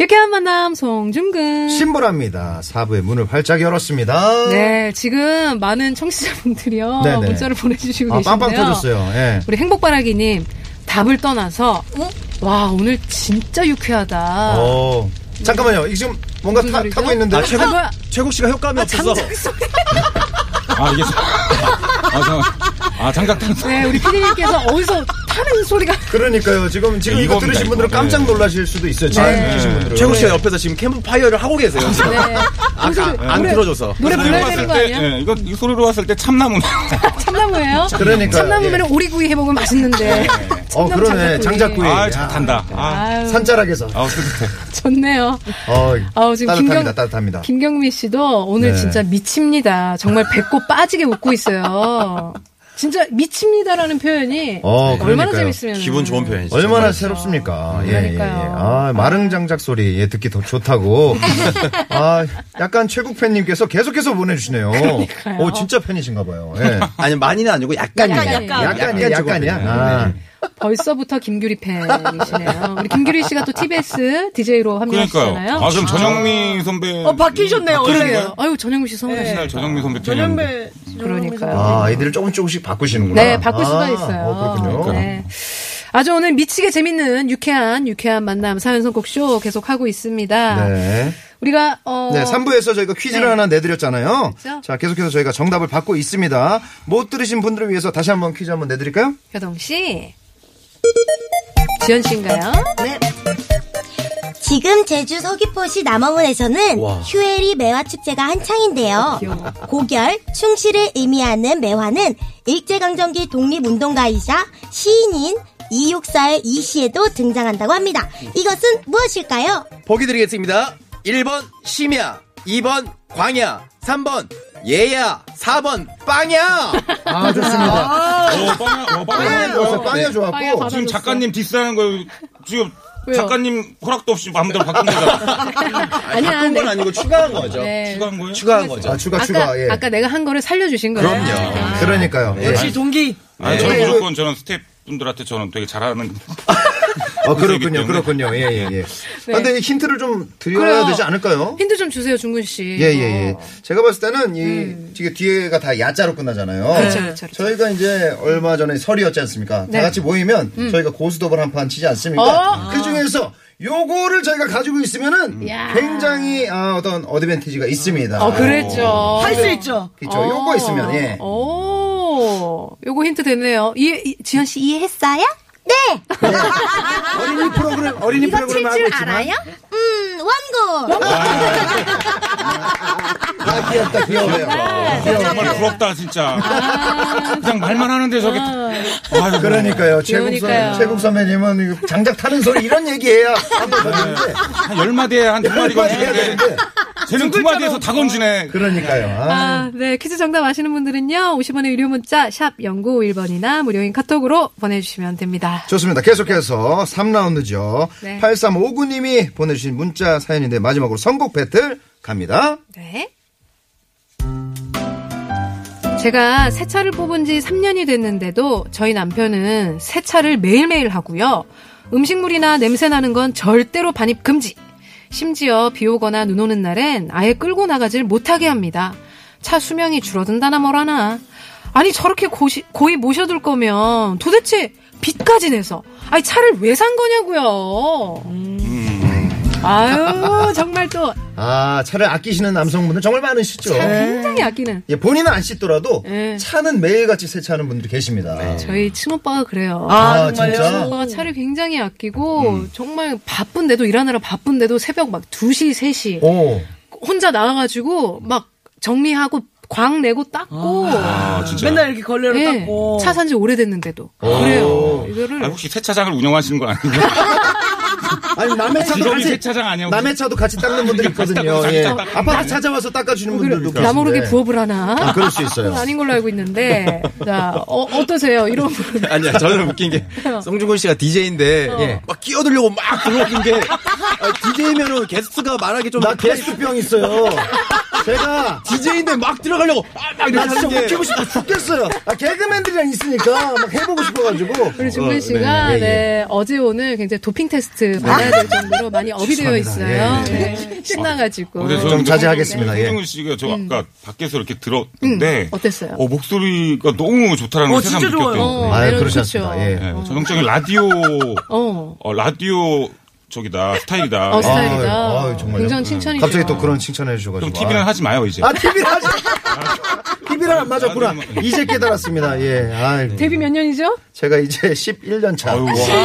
유쾌한 만남 송중근. 신보라입니다. 사부의 문을 활짝 열었습니다. 네, 지금 많은 청취자분들이요 네네. 문자를 보내주시고 아, 계신데요. 빵빵 터졌어요. 예. 우리 행복바라기님 답을 떠나서 어? 와 오늘 진짜 유쾌하다. 어. 잠깐만요. 이 지금 뭔가 무슨 타, 소리죠? 타고 있는데. 아, 뭐야? 최국 씨가 효과음이 없어서 장작 소리. 아 이게 사- 아, 저- 아 장작 탄소 네, 우리 피디님께서 어디서 타는 소리가. 그러니까요. 지금 지금 네, 이거 이겁니다, 들으신 이거. 분들은 깜짝 네. 놀라실 수도 있어요. 지금 네. 들으신 분들은. 최국 씨가 옆에서 지금 캠프파이어를 하고 계세요. 지금. 네. 아까 안 틀어줘서. 노래 네. 불러야 되는 거 아니야? 예, 이거 이 소리로 왔을 때 참나무 참나무예요? 그러니까요. 참나무면 오리구이 해먹으면 맛있는데. 어, 참나무 그러네. 장작구이. 장작구이. 아잘 탄다 아, 아유, 산자락에서. 아우 뜨뜻해 좋네요. 어, 아우, 지금 따뜻합니다. 김경- 따뜻합니다. 김경미 씨도 오늘 네. 진짜 미칩니다. 정말 배꼽 빠지게 웃고 있어요. 진짜 미칩니다라는 표현이 어, 얼마나 그러니까요. 재밌으면 기분 좋은 표현이죠. 얼마나 새롭습니까? 예, 예, 예. 그러니까요. 아, 마른 장작 소리 예, 듣기 더 좋다고. 아, 약간 최국 팬님께서 계속해서 보내주시네요. 그러니까요. 어, 진짜 팬이신가 봐요. 예. 아니 많이는 아니고 약간이에요. 약간, 약간. 약간이야, 약간이야. 아. 벌써부터 김규리 팬이시네요. 우리 김규리 씨가 또 TBS DJ로 합류하시잖아요. 그러니까요 아 지금 전영미 선배 어, 바뀌셨네요, 원래. 그러게요. 아유 전영미 씨 서운하시네. 날 전영미 선배 팬이었는데. 전현배. 그러니까요. 아, 아이들을 조금 조금씩 바꾸시는구나. 네, 바꿀 수가 아, 있어요. 어, 그렇군요. 네. 아주 오늘 미치게 재밌는 유쾌한 유쾌한 만남 사연 선곡쇼 계속 하고 있습니다. 네. 우리가 어 네, 3부에서 저희가 퀴즈를 네. 하나 내드렸잖아요. 그렇죠? 자, 계속해서 저희가 정답을 받고 있습니다. 못 들으신 분들을 위해서 다시 한번 퀴즈 한번 내드릴까요? 효동 씨. 지연 씨인가요? 지금 제주 서귀포시 남원에서는 휴애리 매화 축제가 아, 한창인데요. 고결, 충실을 의미하는 매화는 일제강점기 독립운동가이자 시인인 이육사의 이시에도 등장한다고 합니다. 이것은 무엇일까요? 보기 드리겠습니다. 1번 심야, 2번 광야, 3번 예야, 4번 빵야. 아, 네. 좋습니다. 어, 빵야 어, 빵야 그래서 빵이 빵이야, 좋았고. 밥. 지금 작가님 디스하는 거예요 지금 왜요? 작가님 허락도 없이 마음대로 바꾼 거잖아 아니야. 바꾼 건 아니고 추가한 거죠. 네. 추가한 거예요 추가한 거죠. 아, 추가, 아까 추가, 예. 아까 내가 한 거를 살려주신 거예요. 그럼요. 아, 그러니까요. 예. 역시 동기. 아 저는 무조건 저는 스태프분들한테 저는 되게 잘하는 어, 때문에. 그렇군요. 그렇군요. 예, 예, 예. 네. 근데 이 힌트를 좀 드려야 그래요. 되지 않을까요? 힌트 좀 주세요, 중근 씨. 예, 예, 예. 어. 제가 봤을 때는 이, 지금 뒤에가 다 야자로 끝나잖아요. 네. 그렇죠, 그렇죠, 그렇죠. 저희가 이제 얼마 전에 설이었지 않습니까? 네. 어? 다 같이 모이면 저희가 고스톱을 한 판 치지 않습니까? 그 중에서 요거를 저희가 가지고 있으면은 음. 야. 굉장히 아, 어떤 어드밴티지가 있습니다. 어, 그랬죠. 할 수 있죠. 그렇죠. 요거 있으면, 예. 어. 오, 어, 요거 힌트 되네요. 이해, 이- 지현 씨 이해했어요? 네! 어린이 아. 프로그램, 어린이 프로그램 하고 있지만. 음, 원고! 아, 귀엽다, 귀여워요. 아, 정말 부럽다 진짜 그냥 말만 하는데 저게 아유, 그러니까요. 최국, 그러니까요. 선, 최국 선배님은 이거 장작 타는 소리 이런 얘기해야 한번 듣는데. 한 열 마디에 한 두 마디 한번 해야 건지는데 되는데. 쟤는 두 마디에서 다 건지네 그러니까요. 아. 아, 네. 퀴즈 정답 아시는 분들은요, 50원의 유료 문자, 샵 0951번이나 무료인 카톡으로 보내주시면 됩니다. 좋습니다. 계속해서 3라운드죠. 네. 8359님이 보내주신 문자 사연인데 마지막으로 선곡 배틀 갑니다. 네. 제가 새 차를 뽑은 지 3년이 됐는데도 저희 남편은 새 차를 매일매일 하고요. 음식물이나 냄새 나는 건 절대로 반입 금지. 심지어 비 오거나 눈 오는 날엔 아예 끌고 나가질 못하게 합니다. 차 수명이 줄어든다나 뭐라나. 아니 저렇게 고시, 고이 모셔둘 거면 도대체 빚까지 내서 아니 차를 왜 산 거냐고요. 아유 정말 또 아, 차를 아끼시는 남성분들 정말 많으시죠? 굉장히 아끼는. 예, 본인은 안 씻더라도 네. 차는 매일같이 세차하는 분들이 계십니다. 저희 친오빠가 그래요. 아, 음. 아, 정말요? 진짜? 음. 친오빠가 차를 굉장히 아끼고 정말 바쁜데도 일하느라 어? 바쁜데도 새벽 막 2시, 3시 오. 혼자 나와가지고 막 정리하고 광 내고 닦고 아, 진짜. 맨날 이렇게 걸레로 예, 닦고. 차 산지 오래됐는데도 어. 그래요. 아, 이거를 혹시 세차장을 운영하시는 거 아니에요? 아니 남의 차도 직원이 같이 세차장 아니야? 남의 차도 같이 닦는 분들이 있거든요. 자기 예. 차 닦고. 아파트 찾아와서 닦아주는 분들도 나 모르게 계신데. 부업을 하나. 아, 그럴 수 있어요. 그건 아닌 걸로 알고 있는데 자 어, 어떠세요? 이런 분. 아니야, 저는 웃긴 게, 송중근 씨가 DJ인데, 예. 막 끼어들려고 막 들어오긴 게, DJ면은 게스트가 말하기 좀. 그 나 게스트병 있어요. 제가 DJ인데 막 들어가려고, 아, 막 나 이렇게 진짜 하는 게. 웃기고 싶어 죽겠어요. 아, 개그맨들이랑 있으니까 막 해보고 싶어가지고. 우리 중근 씨가 네, 네, 예, 네, 어제 오늘 굉장히 도핑 테스트 받아야 될 정도로 많이 업이 되어 있어요. 죄송합니다. 예. 네, 신나가지고. 근데 저는 좀 근데 자제하겠습니다. 예. 홍정은 씨가 저 아까 밖에서 이렇게 들었는데 음, 어땠어요? 어, 목소리가 너무 좋다라는 어, 걸 세상 진짜 좋아요. 느꼈대요. 아, 이런 그렇지 그렇죠. 않습니다. 예. 예, 전형적인 라디오 어. 어, 라디오 저기다 스타일이다. 네. 어, 스타일이다. 아유, 아유, 정말요? 굉장히 칭찬이 갑자기 또 그런 칭찬해 그럼 주셔가지고. TV는 하지 마요 이제. 아, TV를 하지. TV를 안 맞았구나. 라디오만- 이제 깨달았습니다. 예. 아 데뷔 몇 년이죠? 제가 이제 11년 차. 아유, 와. 11년 만에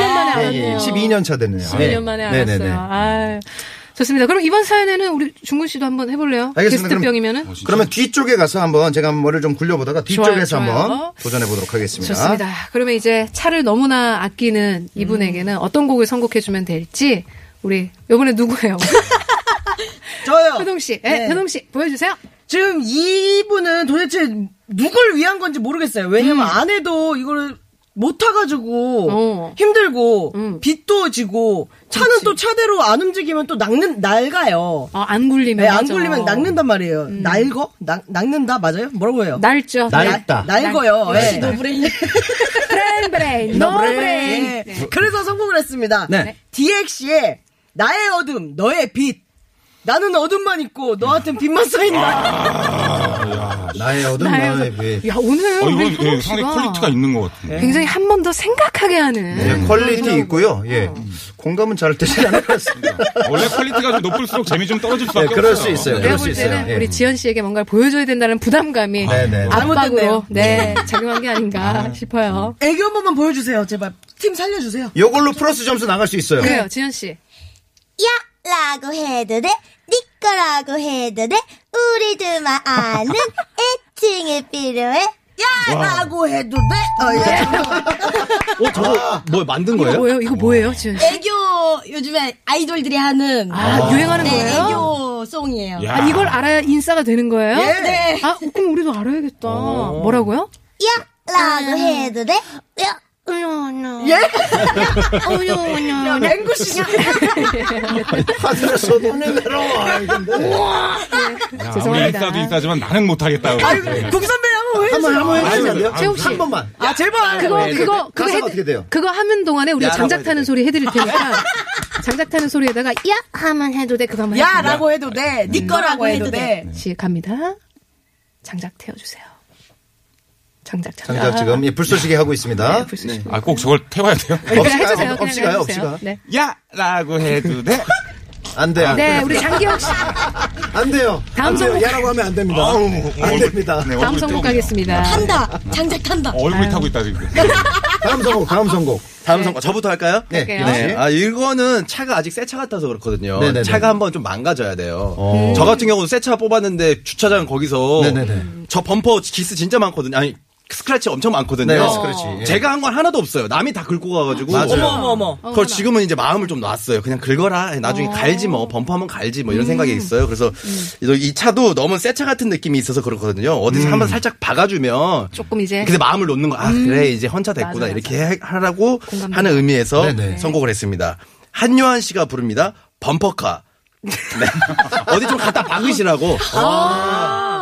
예, 예, 알았네요. 12년 차 됐네요. 12년 만에 알았어요. 아유, 좋습니다. 그럼 이번 사연에는 우리 중근 씨도 한번 해볼래요? 알겠습니다. 아, 게스트병이면은? 그러면 뒤쪽에 가서 한번 제가 머리를 좀 굴려보다가 뒤쪽에서 좋아요. 한번 도전해 보도록 하겠습니다. 좋습니다. 그러면 이제 차를 너무나 아끼는 이분에게는 음. 어떤 곡을 선곡해주면 될지, 우리, 요번에 누구예요? 저요. 효동 씨, 예, 네. 효동 씨, 보여주세요. 지금 이분은 도대체 누굴 위한 건지 모르겠어요. 네, 왜냐면 아내도 이걸 못 타가지고 음. 어. 힘들고 음. 빚도 지고 차는 또 차대로 안 움직이면 또 낡는 낡아요. 아, 안 굴리면. 네, 안 맞아. 굴리면 낡는단 말이에요. 음. 낡어? 낡, 낡는다 맞아요? 뭐라고 해요? 낡죠. 날- 네. 낡다. 낡어요. 예. 브레인 브레인, 네. 노 브레인. 네. 예. 그래서 성공을 했습니다. 네. DX의 나의 어둠, 너의 빛. 나는 어둠만 있고 너한텐 빛만 아. 쌓인다. 나의 어둠 나의 그 빛. 야, 오늘 어, 우리 네. 효동 이건 예, 상당히 씨가 퀄리티가 있는 것 같은데. 굉장히 한 번 더 생각하게 하는. 예, 퀄리티 있고요. 예. 공감은 잘 되지 않을 것 같습니다. 원래 퀄리티가 좀 높을수록 재미 좀 떨어질 예, 네, 수밖에 그럴 없어요. 수 있어요. 내가 그럴 수 볼 있어요. 때는 예. 아, 우리 지연 씨에게 뭔가를 보여줘야 된다는 부담감이 네네. 압박으로 잘못됐네요. 네 작용한 게 아닌가 싶어요. 애교 한 번만 보여주세요. 제발. 팀 살려주세요. 요걸로 플러스 점수 나갈 수 있어요. 그래요, 지연 씨. 야! 라고 해도 돼? 니 거라고 해도 돼? 우리 둘만 아는 애칭이 필요해? 야! 라고 해도 돼? 어, 예. 어, 아. 저거 뭐 만든 거예요? 뭐예요? 이거 뭐예요, 지연 씨? 애교 요즘에 아이돌들이 하는 아, 유행하는 네, 거예요? 애교 송이에요. 야. 아, 이걸 알아야 인싸가 되는 거예요? 예. 네. 아, 그럼 우리도 알아야겠다. 뭐라고요? 야! 음. 라고 해도 돼? 야! 예? 아, 야, 네. 맹구 씨. 하늘에서 눈이 내려와. 야, 우리 죄송합니다. 인싸도 인싸지만 나는 못하겠다고. 아유, 국선배 한번 해주세요. 한번 한번 해주시면 안 돼요? 최욱 씨. 한 번만. 아, 제발. 그거 그거 그거 가사가 해드- 어떻게 돼요? 그거 하는 동안에 우리가 야라고 장작 해도 타는 돼. 소리 해드릴 테니까 장작 타는 소리에다가 야 하면 해도 돼 그거 하면 야, 라고 해도 돼. 니 음. 거라고 해도 해도 돼. 시 갑니다. 장작 태워주세요. 장작 아, 장작 지금 예, 불쏘시개 하고 있습니다. 불쏘시개. 아, 꼭 저걸 태워야 돼요? 그냥 없이 가요, 해주세요. 그냥 없- 없이 가요, 해주세요. 없이 가. 네. 야! 라고 해도 돼? 안 돼요. 네, 우리 장기혁 씨 안 돼요. 다음 안 돼요. 선곡. 야라고 하면 안 됩니다. 아우, 안 얼굴- 됩니다. 다음 네, 얼굴이 뜨거워. 선곡 가겠습니다. 네. 탄다! 장작 탄다! 어, 얼굴이 타고 있다, 지금. 다음 선곡, 다음 선곡. 다음 선거 저부터 할까요? 네, 그럴게요. 유나 씨. 네. 아, 이거는 차가 아직 새 차 같아서 그렇거든요. 네네네. 차가 한번 좀 망가져야 돼요. 어. 저 같은 경우는 새 차 뽑았는데 주차장 거기서 네네네. 저 범퍼 기스 진짜 많거든요. 아니, 스크래치 엄청 많거든요. 네, 스크래치. 예. 어. 제가 한 건 하나도 없어요. 남이 다 긁고 가가지고. 맞아요. 어머, 어머, 어머. 그걸 지금은 이제 마음을 좀 놨어요. 그냥 긁어라. 나중에 갈지 뭐 범퍼하면 갈지 뭐 이런 음. 생각이 있어요. 그래서 이 차도 너무 새 차 같은 느낌이 있어서 그렇거든요. 어디서 음. 한번 살짝 박아주면 조금 이제 근데 마음을 놓는 거. 아 그래 이제 헌차 됐구나 맞아, 맞아. 이렇게 해- 하라고 공감돼. 하는 의미에서 네네. 선곡을 했습니다. 한요한 씨가 부릅니다. 범퍼카. 네. 어디 좀 갖다 박으시라고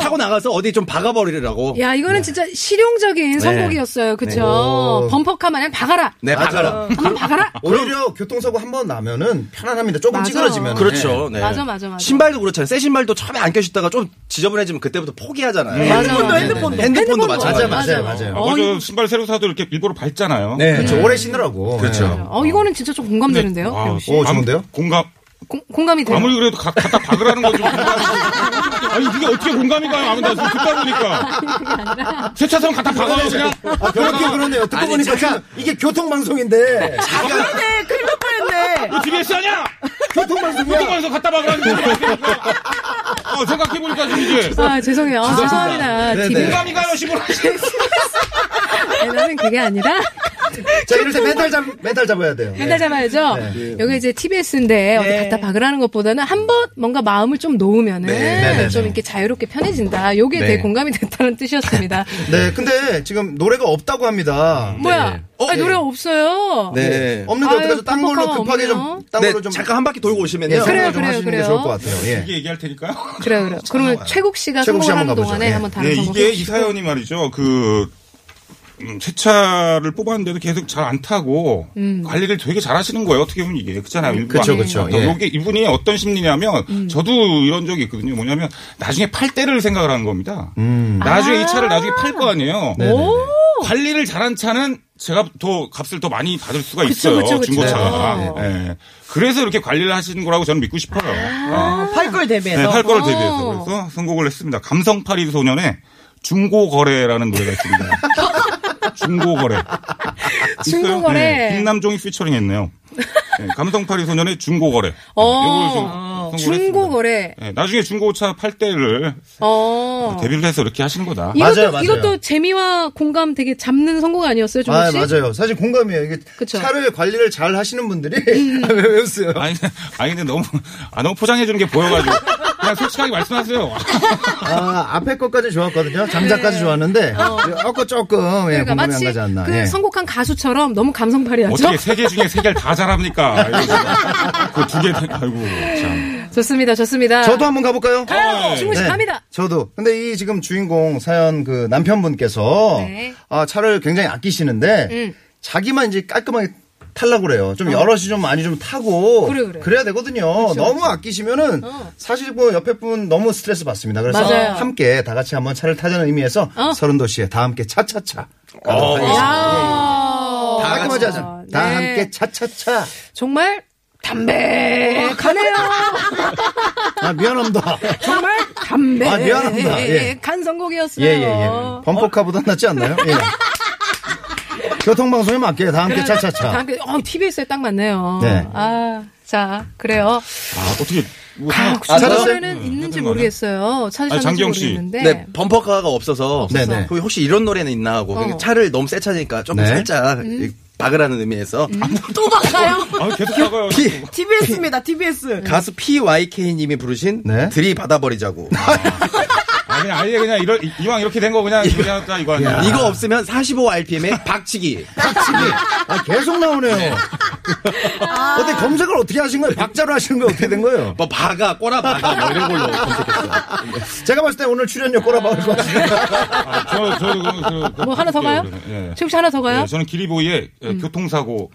타고 나가서 어디 좀 박아버리라고. 아. 야 이거는 진짜 실용적인 선곡이었어요. 그쵸? 범퍼카 마냥 박아라. 네 박아라. 한번 박아라. 오히려 교통사고 한 번 나면은 편안합니다. 조금 예. 맞아. 찌그러지면. 그렇죠. 네. 맞아, 맞아, 맞아. 신발도 그렇잖아요. 새 신발도 처음에 안 껴신다가 좀 지저분해지면 그때부터 포기하잖아요. 핸드폰도, 네, 핸드폰도. 네, 네. 핸드폰도 핸드폰도. 마찬가지. 맞아요, 맞아요, 맞아요. 맞아요. 어, 저 신발 새로 사도 이렇게 일부러 밟잖아요. 네, 그렇죠. 오래 신으라고. 네. 그렇죠. 어 이거는 진짜 좀 공감되는데요. 와, 역시. 오, 감- 어, 좋은데요? 공감. 공- 공감이 돼요. 네. 어, 아무리 그래도 가- 갖다 박으라는 거지. 뭐. 아니, 이게 어떻게 공감이 가요? 아무나 지금 듣다 보니까. 세차 사면 갖다 네. 박아요, 그냥. 아, 그렇게 그러네요. 듣고 보니까 지금 이게 교통방송인데. 아, 그러네. 큰일 날 뻔했네. 이거 TBS 뭐 아니야? 교통방송이야. 교통방에서 갖다 박으라는 거지. 어, 생각해보니까 지금 이게. 아, 죄송해요. 아, 죄송합니다. 네, 디디. 네. 공감이 가요, 시골 아저씨. 아니, 나는 그게 아니라 자, 이럴 때 멘탈 잡, 멘탈 잡아야 돼요. 맨날 잡아야죠. 네. 여기 이제 TBS인데 어디 갖다 박을 하는 것보다는 한 번 뭔가 마음을 좀 놓으면은 네, 네, 네, 좀 네. 이렇게 자유롭게 편해진다. 요게 네. 되게 공감이 됐다는 뜻이었습니다. 네, 근데 지금 노래가 없다고 합니다. 뭐야? 어, 아니, 네. 노래 없어요. 네. 없는데 아유, 어떡하죠? 딴 걸로 행복함 급하게 없네요. 좀, 딴 네, 걸로 어, 좀. 잠깐 한 바퀴 돌고 오시면요. 예, 그래요, 생각을 좀 그래요, 하시는 게 그래요. 좋을 것 같아요. 예. 이게 얘기할 테니까요. 그래요, 그래요. 그러면 최국 씨가 최국 씨 성공하는 한번 가보죠. 동안에 예. 한번 다른 네, 방법. 이게 이 사연이 말이죠. 그, 음, 세차를 뽑았는데도 계속 잘 안 타고 음. 관리를 되게 잘 하시는 거예요. 어떻게 보면 이게. 그렇잖아요. 일부 그쵸, 안 그쵸. 타고. 예. 요게 이분이 어떤 심리냐면 음. 저도 이런 적이 있거든요. 뭐냐면 나중에 팔 때를 생각을 하는 겁니다. 음. 나중에 이 아. 차를 나중에 팔 거 아니에요. 관리를 잘한 차는 제가 더 값을 더 많이 받을 수가 있어요. 그쵸, 그쵸. 중고차가. 네. 예. 그래서 이렇게 관리를 하시는 거라고 저는 믿고 싶어요. 아. 예. 아. 팔걸 대비해서. 네, 팔 거를 어. 대비해서 그래서 선곡을 했습니다. 감성파리 소년의 중고거래라는 노래가 있습니다. 중고거래. 있어요? 중고거래. 네, 김남종이 피처링했네요. 네, 감성파리 소년의 중고거래. 네, 요걸 선- 어, 선곡을 중고 했습니다. 거래. 네, 나중에 중고차 팔 때를 어. 예. 대비를 해서 이렇게 하시는 거다. 이것도, 네, 맞아요, 맞아요. 이것도 재미와 공감 되게 잡는 성공 아니었어요, 종 아, 씨? 맞아요. 사실 공감이에요. 이게 그쵸. 음. 차를 관리를 잘 하시는 분들이 아, 왜, 왜 웃어요? 아니, 아니 근데 너무 아 너무 포장해 주는 게 보여가지고 그냥 솔직하게 말씀하세요. 아, 앞에 것까지 좋았거든요. 장작까지 좋았는데 아까 조금 예, 네. 어. 그러니까 공감이 안 마치 가지 않나. 그 예. 선곡한 가수처럼 너무 감성팔이하죠? 어떻게 세 개 중에 세 개를 다 잘합니까? 그 두 개, 아이고 참. 좋습니다, 좋습니다. 저도 한번 가볼까요? 아. 가요! 친구 씨 네, 갑니다! 저도. 근데 이 지금 주인공 사연 그 남편분께서 네. 아, 차를 굉장히 아끼시는데 음. 어. 자기만 이제 깔끔하게 타려고 그래요. 좀 여럿이 좀 많이 좀 타고 그래, 그렇죠. 그래. 야 되거든요. 너무 아끼시면은 사실 뭐 옆에 분 너무 스트레스 받습니다. 그래서 맞아요. 함께 다 같이 한번 차를 타자는 의미에서 어. 서른도시에 다 함께 차차차 어, 가도록 하겠습니다. 아, 다 깔끔하지 하자. 다 네. 함께 차차차. 정말 담백하네요. 어, 아, 미안합니다. 정말 담백. 아, 미안합니다. 예. 간성곡이었어요. 예, 예, 예. 범퍼카보다 낫지 않나요? 예. 교통방송에 맞게 다 함께 다그 차차차. 함께, 어, TBS에 딱 맞네요. 네. 아, 자, 그래요. 아 어떻게 뭐 아, 생각- 아, 찾았어요? 노래는 있는지 거네. 모르겠어요. 아, 찾으셨는지 장기영 씨. 모르겠는데. 네, 범퍼카가 없어서 네네. 거기 혹시 이런 노래는 있나 하고 어. 음. 차를 너무 세 차니까 조금 네. 살짝 박으라는 의미에서 아, 또 박아요. 아, 계속 나가요. 피- 어, TBS입니다, TBS. 가수 PYK님이 부르신 네. 들이받아버리자고 아, 그냥 아예 그냥 이럴, 이- 이왕 이렇게 된 거 그냥 그냥 다 이거 아니야. 이거 없으면 45rpm의 박치기 아, 계속 나오네요. 아. 어떻게 검색을 어떻게 하신 거예요? 박자로 하시는 거예요? 어떻게 된 거예요? 뭐 박아 꼬라 박아 뭐 이런 걸로 검색했어요 제가 봤을 때 오늘 출연료 꼬라박을 것 같아요. 아, 저, 저도 그, 그, 그, 뭐 하나 더 가요? 볼게요, 그러면. 예. 최국 씨 하나 더 가요? 예, 저는 기리보이의 예, 교통사고.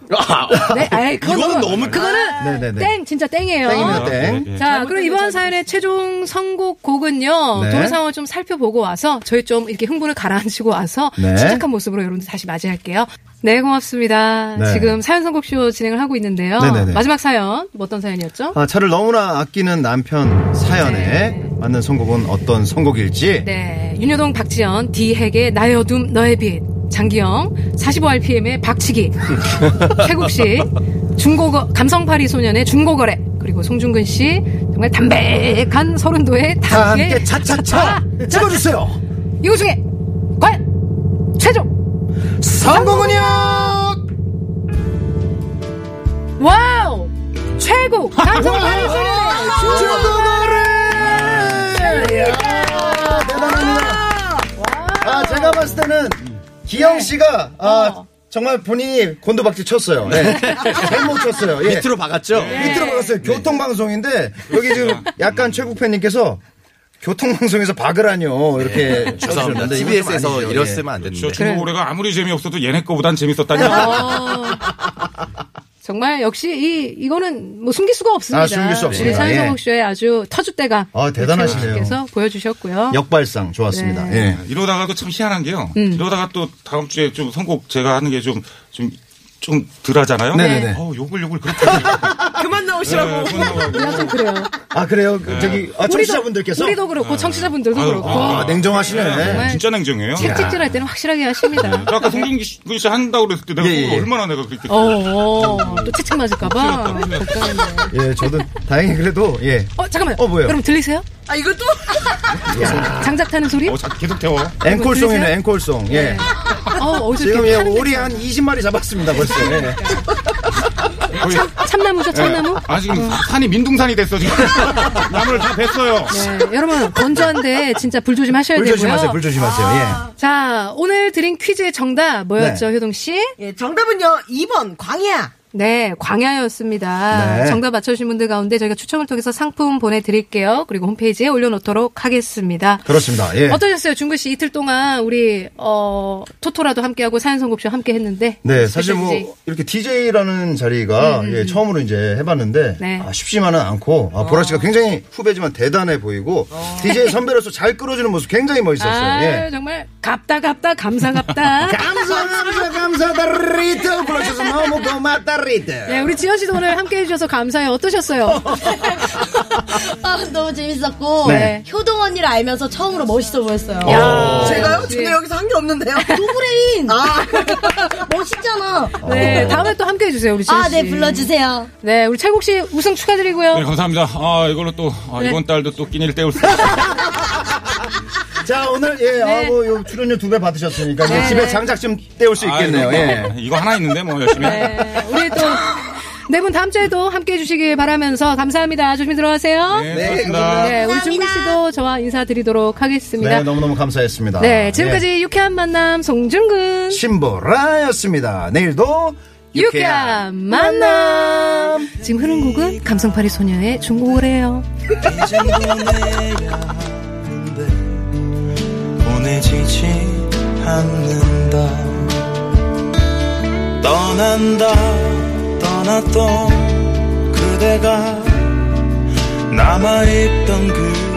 네, 아이, 그건 이거는 너무- 너무 그거는 네네네. 땡, 아, 진짜 땡이에요. 땡이네요, 땡. 예, 예. 자, 그럼 이번 사연의 최종 선곡 곡은요, 네. 도로 상황을 좀 살펴보고 와서, 저희 좀 이렇게 흥분을 가라앉히고 와서, 네. 침착한 모습으로 여러분들 다시 맞이할게요. 네, 고맙습니다. 네. 지금 사연 선곡쇼 진행을 하고 있는데요. 네네네. 마지막 사연, 뭐 어떤 사연이었죠? 아, 차를 너무나 아끼는 남편 사연에 맞는 선곡은 어떤 선곡일지. 네, 윤여동 박지연, 디핵의 나의 어둠, 너의 빛, 장기영, 45rpm의 박치기, 태국 씨, 중고거, 감성파리 소년의 중고거래, 그리고 송중근 씨, 정말 담백한 서른도의 아, 다 함께 다게 차차차 찍어주세요. 이거 중에, 과연, 최종! 성공은요! 와우! 최고! 아, 감성파리 소년의 주도를 대단합니다. 아 제가 봤을 때는 기영 네. 씨가 아, 어. 정말 본인이 곤두박질 쳤어요. 네. 잘못 쳤어요. 예. 밑으로 네. 박았죠 네. 밑으로 박았어요. 교통방송인데 여기 지금 약간 최국팬님께서 교통방송에서 박으라뇨 이렇게 네. 죄송합니다 예. 쳐주셨는데 이건 좀 TBS에서 아니죠. 예. 이랬으면 안 되는데 저 중고거래가 아무리 재미없어도 얘네 거보단 재밌었다니. 어. 정말 역시 이 이거는 뭐 숨길 수가 없습니다. 아, 숨길 수 없습니다. 우리 예. 사연성국 쇼의 아주 터줏대감. 아, 대단하시네요. 서 보여주셨고요. 예. 역발상 좋았습니다. 네. 예. 이러다가도 참 희한한 게요. 이러다가 또 다음 주에 좀 선곡 제가 하는 게 좀, 좀, 좀 덜하잖아요. 네네네. 어, 욕을 욕을 그렇게. 하네요. 그만 나오시라고. 예, 그건 뭐- 좀 그래요. 아 그래요. 그 네. 저기 아, 청취자분들께서 우리도 그렇고 청취자분들도 아유, 그렇고 아, 냉정하시네. 정말 예, 진짜 냉정해요. 책찍질 할 때는 확실하게 네. 하십니다. 저 아까 송중기 씨- 씨 한다고 그랬을 때 내가 예, 예. 얼마나 내가 그렇게 어, 어, 또 채찍 맞을까봐 걱정했네. 예, 저도 다행히 그래도 예. 어, 잠깐만. 그렇죠. 어, 뭐예요? 그럼 들리세요? 아, 이것도? 장작 타는 소리? 어, 자, 계속 태워. 앵콜송이네 앵콜송 예 어, 어디서 지금 이렇게 예, 타는 오리 한 20마리 잡았습니다 벌써 예. 거의, 참- 네. 참나무죠, 참나무? 아, 지금 산이 민둥산이 됐어, 지금. 나무를 다 뱄어요. 네, 여러분 건조한데 진짜 불 조심하셔야 불 되고요. 조심하세요 불 조심하세요 아. 예 자, 오늘 드린 퀴즈의 정답 뭐였죠, 네. 효동 씨? 예, 정답은요, 2번, 광야. 네, 광야였습니다. 네. 정답 맞춰주신 분들 가운데 저희가 추첨을 통해서 상품 보내드릴게요. 그리고 홈페이지에 올려놓도록 하겠습니다. 그렇습니다 예 어떠셨어요, 준구 씨? 이틀 동안 우리 어 토토라도 함께하고 사연선곡쇼 함께했는데. 네, 사실 어땠는지? 뭐 이렇게 DJ라는 자리가 예, 처음으로 이제 해봤는데 네. 아, 쉽지만은 않고 아, 보라 씨가 굉장히 후배지만 대단해 보이고 DJ 선배로서 잘 끌어주는 모습 굉장히 멋있었어요. 아, 예. 정말 갑다 갑다 감사 갑다. 감사 감사 감사다 리트 불러줘서 너무 고맙다 리트. 네, 우리 지현 씨도 오늘 함께 해주셔서 감사해요. 어떠셨어요? 아, 너무 재밌었고 네. 효동 언니를 알면서 처음으로 멋있어 보였어요. 네. 제가요? 제가 여기서 한 게 없는데요? 아. 노브레인. 멋있잖아. 네, 다음에 또 함께 해주세요, 우리 지현 아, 씨. 네, 불러주세요. 네, 우리 찰국 씨 우승 축하드리고요. 네, 감사합니다. 아, 이걸로 또, 아, 네. 이번 달도 또 끼니를 때울 수 있어요. 자 오늘 네. 예, 아, 뭐, 요 출연료 두 배 받으셨으니까 이제 집에 장작 좀 떼올 수 있겠네요. 아, 예. 이거, 이거 하나 있는데, 뭐, 열심히. 네, 우리 또. 네 분 다음 주에도 함께 해주시길 바라면서 감사합니다. 조심히 들어가세요. 네, 네, 고맙습니다. 감사합니다. 네, 우리 준구 씨도 저와 인사드리도록 네 하겠습니다. 네, 너무 너무 감사했습니다. 지금까지 유쾌한 만남 송중근 예. 신보라였습니다. 내일도 유쾌한 만남. 지금 흐른 곡은 감성파리 소녀의 중국어래요. 보내지지 않는다 떠난다 떠났던 그대가 남아있던 그